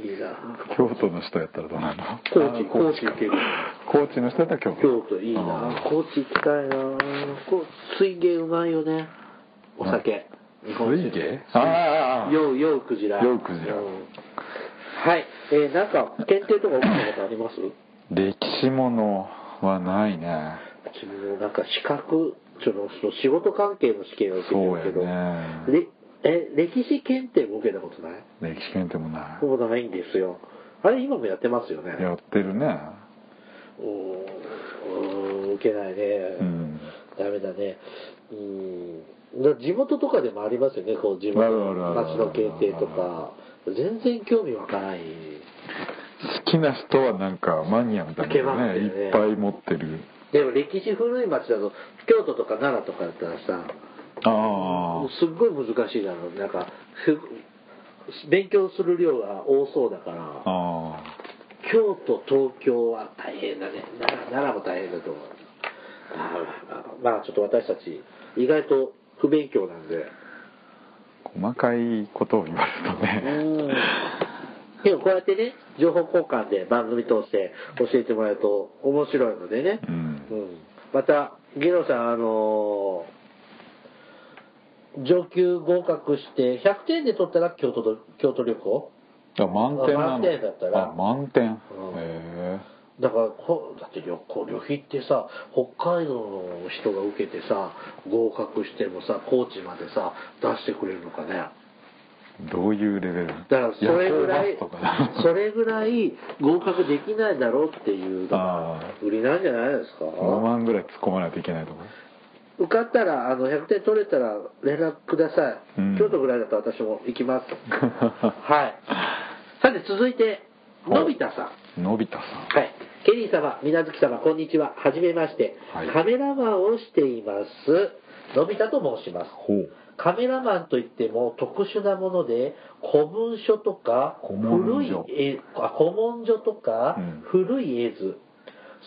いいな
京都の人やったらどうなの
高
あ
知
ー
高知行ける
高知の人やったら京都
京都いいな
あ
高知行きたいなこう水芸うまいよねお酒
うん
日本酒
水芸ああああ
ようようクジラ
ようクジラ
んはいえー、なんか検定とか起きたことあります
ー歴史ものはないね
君のなんか資格そのその仕事関係の試験を受けてるけど、
そうやね
れえ歴史検定も受けたことない
歴史検定もな
そうないんですよあれ今もやってますよね
いやってるね
うーんうーん受けないね、
うん
ダメだねうーんだ地元とかでもありますよねこう地元
あるあ
の
るあるあ
町
る
の検定とか全然興味わかない
好きな人はなんかマニアみたいなね
いけますよね
いっぱい持ってる
でも歴史古い町だと京都とか奈良とかだったらさ
あ
すっごい難しいだろうなんかふ勉強する量が多そうだか
あ
ら
あ
京都東京は大変だね奈良奈良も大変だと思うあーまあまあちょっと私たち意外と不勉強なんで
あ細かいことを言われると
うん
ね
でもこうやってね情報交換で番組通して教えてもらうと面白いのでね、
うん
うんまたゲロさんあのー上級合格して100点で取ったら京都と京都旅行
あ満点なの
満点だったら
あ満点、へ
うん
え
だからこだって旅行旅費ってさ北海道の人が受けてさ合格してもさ高知までさ出してくれるのかね
どういうレベルだ
だからそれぐらい
とかだ
それぐらい合格できないだろうっていうのが
ああ
売りなんじゃないですか
5万ぐらい突っ込まないといけないとこ
受かったらあの100点取れたら連絡ください、
うん
京都ぐらいだと私も行きますはいさて続いてのび太さん
のび太さん
はいケリー様水無月様こんにちははじめまして、
はい
カメラマンをしていますのび太と申します
ほう
カメラマンといっても特殊なもので古文書とか
古文
古い
書
絵あ古文書とか
うん
古い絵図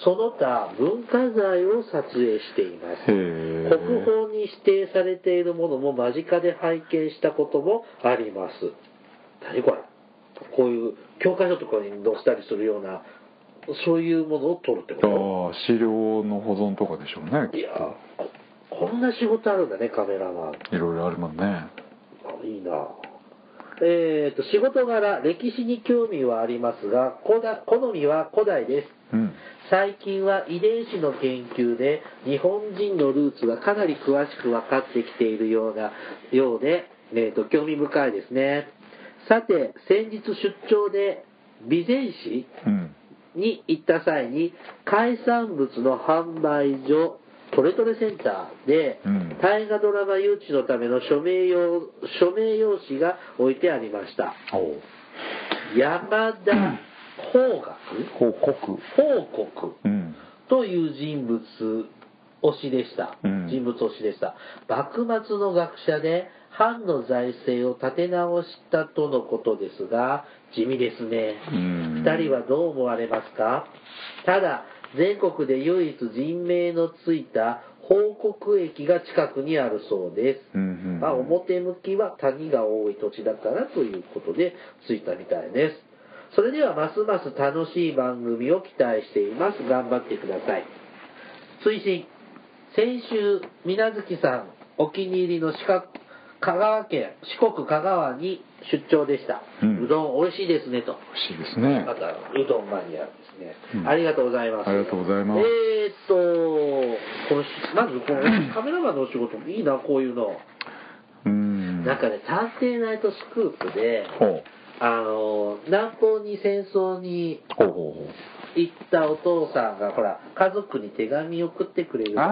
その他文化財を撮影しています
へ
国
え
宝に指定されているものも間近で拝見したこともあります何これこういう教科書とかに載せたりするようなそういうものを撮るってこ
ああ資料の保存とかでしょうね
と
き
い
っ
やここんな仕事あるんだねカメラマン
といろいろあるもんね
あいいなえー、と仕事柄歴史に興味はありますがこだ好みは古代です
うん
最近は遺伝子の研究で日本人のルーツがかなり詳しく分かってきているようなようで、えー、と興味深いですねさて先日出張で備前市
うん
に行った際に海産物の販売所トレトレセンターで、
うん
大河ドラマ誘致のための署名用署名用紙が置いてありました
ほう
山田邦
報告
学報国
うん
という人物推しでした、
うん
人物推しでした幕末の学者で藩の財政を立て直したとのことですが地味ですね
うん
2人はどう思われますかただ全国で唯一人名のついた報国駅が近くにあるそうです、
うんうんうん
まあ、表向きは谷が多い土地だからということでついたみたいですそれではますます楽しい番組を期待しています頑張ってください推進先週水無月さんお気に入りの四角香川県四国香川に出張でした、
うん
うどん美味しいですねと
美味しいですね
またうどんマニアですね、
うん
ありがとうございます
ありがとうございます
えー、っとこのしまずこのカメラマンのお仕事もいいなこういうの、
うん
なんかね「探偵ナイトスクープで」
ほう
あの南方に戦争に
ほうほうほう
行ったお父さんがほら家族に手紙を送ってくれるじゃない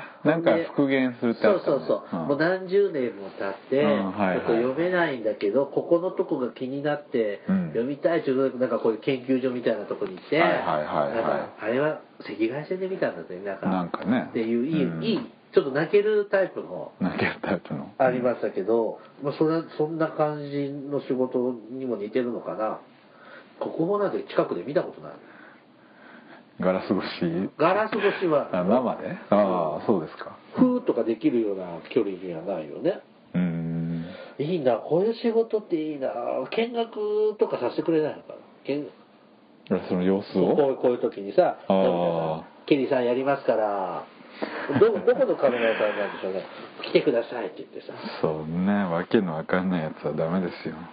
ああなんか
で
復元するって
そ
あ
う
ったね
そうそう、
ん
もう何十年も経って、
うんはいは
ち
い
ょっと読めないんだけどここのとこが気になって、
うん
読みたいちょっとなんかこういう研究所みたいなとこに行って、
はいはいはいはい
なんかあれは赤外線で見たんだぜなんか
なんかね
っていういい,、
うん
いいちょっと泣けるタイプの
なんてやったやつの
ありましたけど、まあ、それそんな感じの仕事にも似てるのかなここもなんて近くで見たことない
ガラス越し
ガラス越しは
あ生でああそうですか
ふーとかできるような距離にはないよね
うーん
いいなこういう仕事っていいな見学とかさせてくれないのかな見
その様子
こ
を
うこういう時にさ
あー
のび太さんケリーさんやりますからどどこのカメラ屋さんなんでしょうね来てくださいって言ってさ
そうねわけのわかんないやつはダメですよ
ね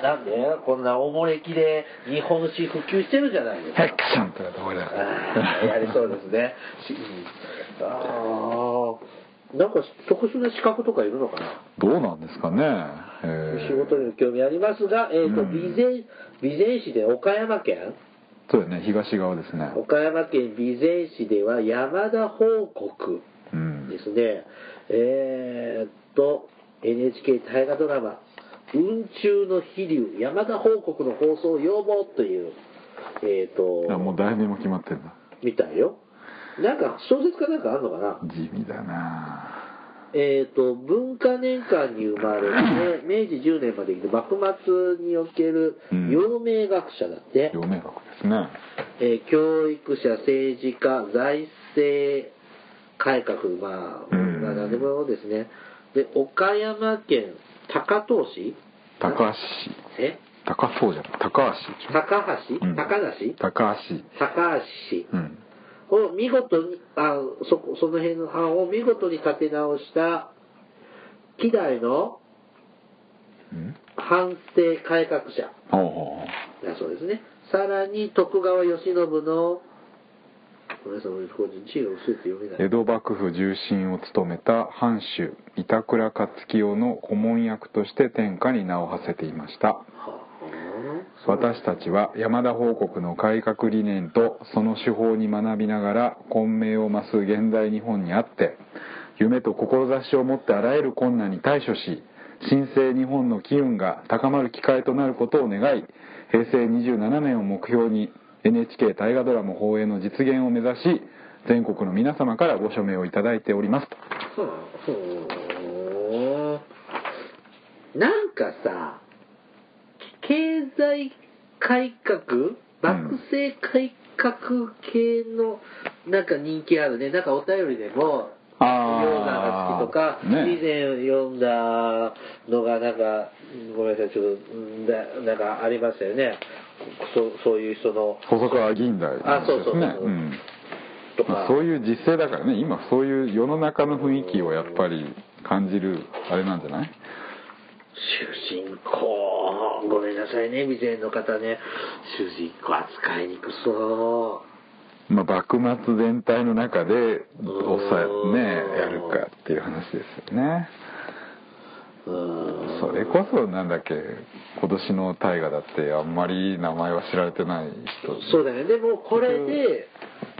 えなんでこんなおもれきで日本史普及してるじゃないです
ヘ
か
ックションとかど こだか
あーやりそうですねしうんああなんか特殊な資格とかいるのかな
どうなんですかねえー
仕事にも興味ありますが、えーと
うん
備前備前市で岡山県
そうよね東側ですね
岡山県備前市では山田報告
うん
ですねえーっと NHK 大河ドラマ「雲中の飛竜山田報告の放送要望」というえーっ
あもう
と
題名も決まってんだ
みたいよなんか小説かなんかあるのかな
地味だな
えー、と文化年間に生まれて明治10年まで生きて幕末における
うん
陽明学者だって、
両名学ですね
えー教育者政治家財政改革まあ、
うん
まあ何でもですねで岡山県高遠市
高橋
え
高そうじゃない高橋でしょ
高橋、
うん
高梨
高橋
高橋市
うん
を見事にあそこその辺の藩を見事に立て直した希代の
うん
藩政改革者
ほうほ
だそうですね。さらに徳川慶喜の、ごめんなさい、俺、これ字が薄いって読め
う
な
江
い。
戸幕府重臣を務めた藩主板倉勝清の顧問役として天下に名を馳せていました
はあ
私たちは山田報告の改革理念とその手法に学びながら混迷を増す現代日本にあって夢と志を持ってあらゆる困難に対処し新生日本の機運が高まる機会となることを願い平成27年を目標に NHK 大河ドラマ放映の実現を目指し全国の皆様からご署名をいただいておりますと
そうなのほうなんかさ、経済改革幕政改革系のなんか人気あるね。なんかお便りでも、
あー
ヨーダが好きとか、
ね
以前読んだのがなんか、ごめんなさい、ちょっと、んだなんかありましたよね。そうそういう人の、
細川議員だよ
あそうそうそう
ねん
とか。
そういう実勢だからね今そういう世の中の雰囲気をやっぱり感じるあれなんじゃない
主人公ごめんなさいね未然の方ね主人公扱いにくそ
まあ幕末全体の中で抑
う
え
ん
ねやるかっていう話ですよね
うーん
それこそなんだっけ今年の大河だってあんまり名前は知られてない人
そうだよねでもこれで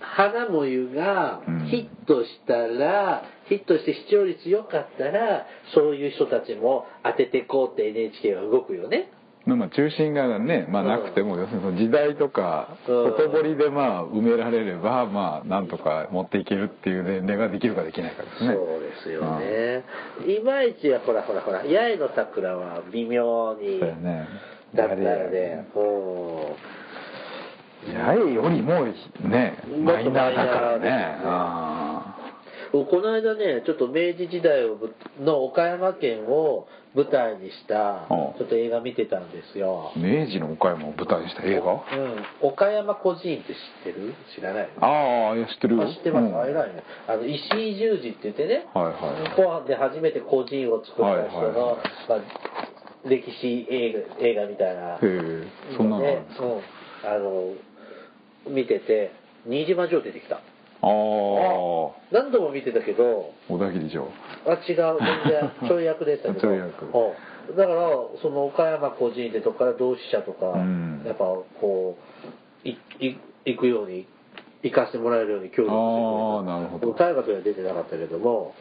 花もゆが
うん
ヒットしたら、ヒットして視聴率良かったらそういう人たちも当ててこうって NHK は動くよね
まあ中心がね、まあ、なくても要するにその時代とか
うん
外堀でまあ埋められればまあなんとか持っていけるっていう年齢ができるかできないかですね
そうですよね、いまいちはほらほらほら八重の桜は微妙
うん
に
そうよね
だったので、うん
八重よりも
もっと
ねマイ
マ
ナ
イ
ー
ナ
だ
ー
から
ですね
ねあ
この間ねちょっと明治時代をぶの岡山県を舞台にした
うん
ちょっと映画見てたんですよ
ー、明治の岡山を舞台にした映画
うん、岡山孤児院って知ってる知らない
ああいや知ってるよ
あ知ってます、
うん
あ
はい
偉いねあの石井十字って言ってね
はい
後半で初めて孤児院を作った人の、
はいはいはい
まあ、歴史映画映画みたいな
へえそんなのあるんですか
うんあの見てて新島城出てきた
ああ小
何度も見てたけど
田切城
あ違う 全然ちょい役でしたけど
ちょい役
うんだからその岡山個人でとかから同志社とか、
うん
やっぱこういい行くように行かせてもらえるように協力してくれた
ああなるほど
大河とは出てなかったけども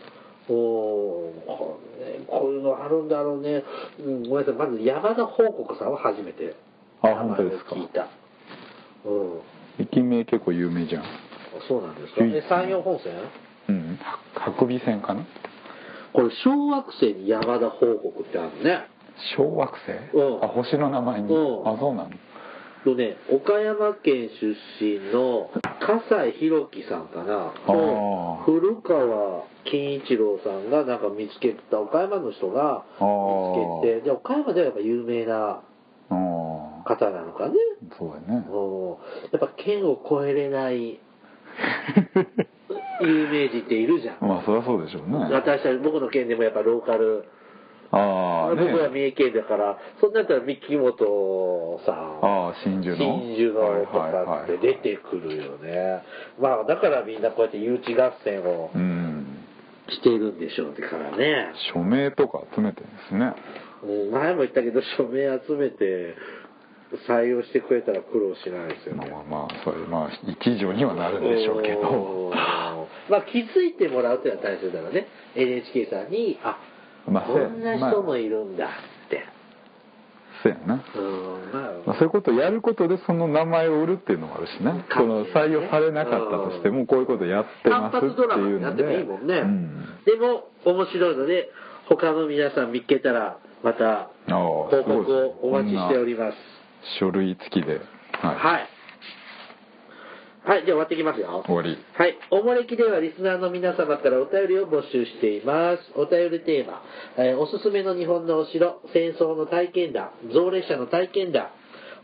おおーこ,、ね、こういうのあるんだろうね、うん、ごめんなさいまず山田報告さんは初めて
あ
名前を
本当ですか
聞いたうん
駅名結構有名じゃん
そうなんですか
唯一
え山陽本線
うん白尾線かな
これ小惑星に山田報告ってあるね
小惑星、
うん
あ星の名前に、
うん
あそうなの
とね岡山県出身の笠井宏樹さんかな
あー
と古川金一郎さんがなんか見つけた岡山の人が
あー
見つけてで岡山ではやっぱ有名な
ああ
方なのかね
そうだ ね
うんやっぱ県を越えれない有名人っているじゃん、
まあそりゃそうでしょうね
私たち僕の県でもやっぱローカル
ああ
僕は
ね
三重県だから、そんなやったら三木本さん、
ああ真珠の
真珠のと
はいはいはい
か
は
っ
い
て出てくるよね。まあだからみんなこうやって誘致合戦を
うん
してるんでしょうからね。
署名とか集めてるんですね
うん前も言ったけど、署名集めて採用してくれたら苦労しないですよ
まあ
ね。
まあまあそれまあ一条にはなるんでしょうけ
お
ど
ーまあ気づいてもらうっていうのは大切だからね。NHK さんに、あ、
まあ
こんな人
まあ
もいるんだって。
そうやな
うん、まあ
まあ、そういうことをやることでその名前を売るっていうのもあるしね
か
そ
も
の
ね
採用されなかったとしてもこういうことやって
単
ますって
発ドラマ
いう
にな
の
って
で
もいいもんね、
うん、
でも面白いので他の皆さん見つけたらまた
あ
報
あすごい
告をお待ちしております
書類付きで、はい
はいはいじゃあ終わってきますよ
終わり
はい。おもれきではリスナーの皆様からお便りを募集しています。お便りテーマ、えーおすすめの日本のお城、戦争の体験談、造列車の体験談、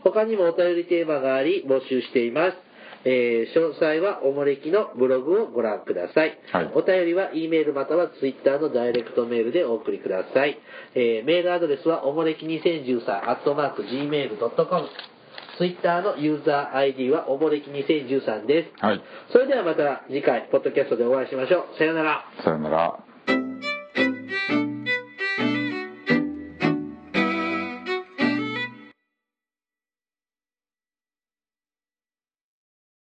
他にもお便りテーマがあり募集しています。えー詳細はおもれきのブログをご覧ください。
はい
お便りは E メールまたは Twitter のダイレクトメールでお送りください。えーメールアドレスはおもれき2013アットマーク Gmail.com。Twitter のユーザー ID はおもれき2013です。
はい
それではまた次回、ポッドキャストでお会いしましょう。さようなら。
さよなら